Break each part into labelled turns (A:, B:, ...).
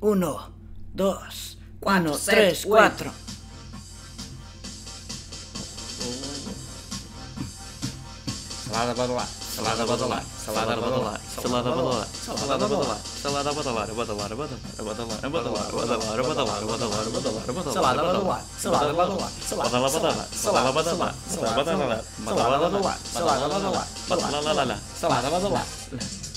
A: Uno, dos,
B: Quatro,
A: uno,
B: sete,
A: tres,
B: oito.
A: cuatro.
C: Salada badalar, salada badalar, salada badalar, salada badalar, salada badalar, salada badalar, badalar, badalar, badalar, badalar, badalar, badalar, badalar, badalar, badalar,
B: Salada badalar, salada badalar, salada badalar, salada badalar, salada badalar, salada badalar, salada badalar,
C: badala, la, la, la.
B: salada badalar,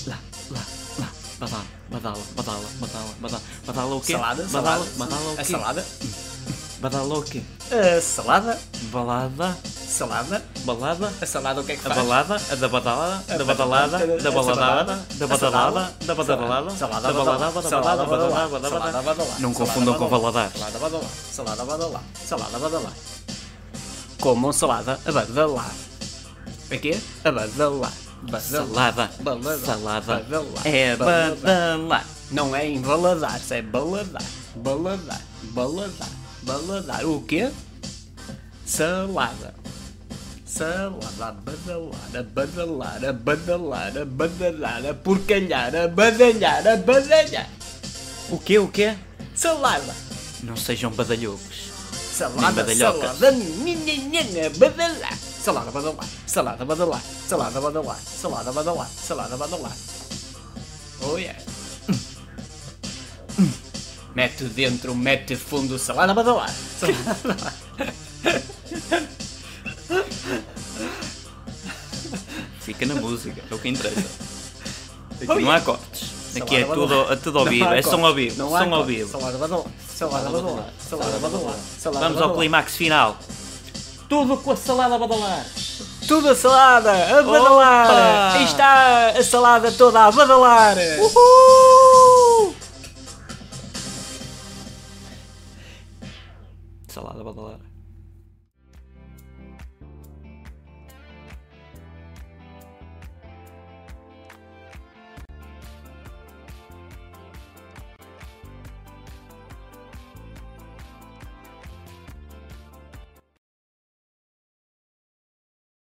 C: Lá, lá, lá, badala, badala, badala, badala, badala, badala o quê?
B: salada,
C: badala,
B: salada,
C: badala o
B: a
C: quê?
B: salada, é a salada,
C: Badala o quê? Balada,
B: salada,
C: balada,
B: a salada o que é que
C: a
B: faz?
C: balada, a da badalada,
B: É
C: da badalada, da baladada, da badalada, da badalada,
B: salada,
C: da balada,
B: badalada,
C: badalada,
B: salada,
C: badalada,
B: badalada, salada,
C: badalada.
B: badalada,
C: Não
B: salada,
C: confundam com
B: badalada,
C: Valadares.
B: Salada, badalada, salada, badalada, salada, badalada. Comam salada, a badalar. É quê? A badalar. Badalar.
C: Salada.
B: Balada.
C: Salada.
B: Balada.
C: É
B: Balada.
C: badala.
B: Não é em Valadares, é Baladar. Baladar, Baladar, Baladar. O quê? Salada. Salada, badalar, badalar, badalar, badalar, porcalhar, badalhar, badalhar.
C: O quê? O quê?
B: Salada.
C: Não sejam badalhocos. Nem
B: Salada,
C: badalhocas.
B: salada, nina, nina, badalar. Salada, badalar, salada, badalar, salada, badalar, salada, badalar, salada, badalar. Oh yeah. Mete dentro, mete fundo, salada, badalar. Salada, badalar.
C: Fica na música, é o que interessa.
B: Oh,
C: Aqui não há
B: yeah.
C: cortes.
B: Salada,
C: Aqui é
B: badalar.
C: tudo, é tudo ao
B: Não
C: vivo,
B: há
C: é som
B: corte.
C: ao vivo,
B: Não há
C: som ao
B: corte.
C: vivo.
B: Salada, badalar, salada, badalar, salada, badalar, salada,
C: Vamos ao
B: badalar.
C: clímax final. Tudo com a salada badalar.
B: Tudo a salada, a badalar.
C: Opa!
B: Aí está a salada toda a badalar.
C: Salada badalar.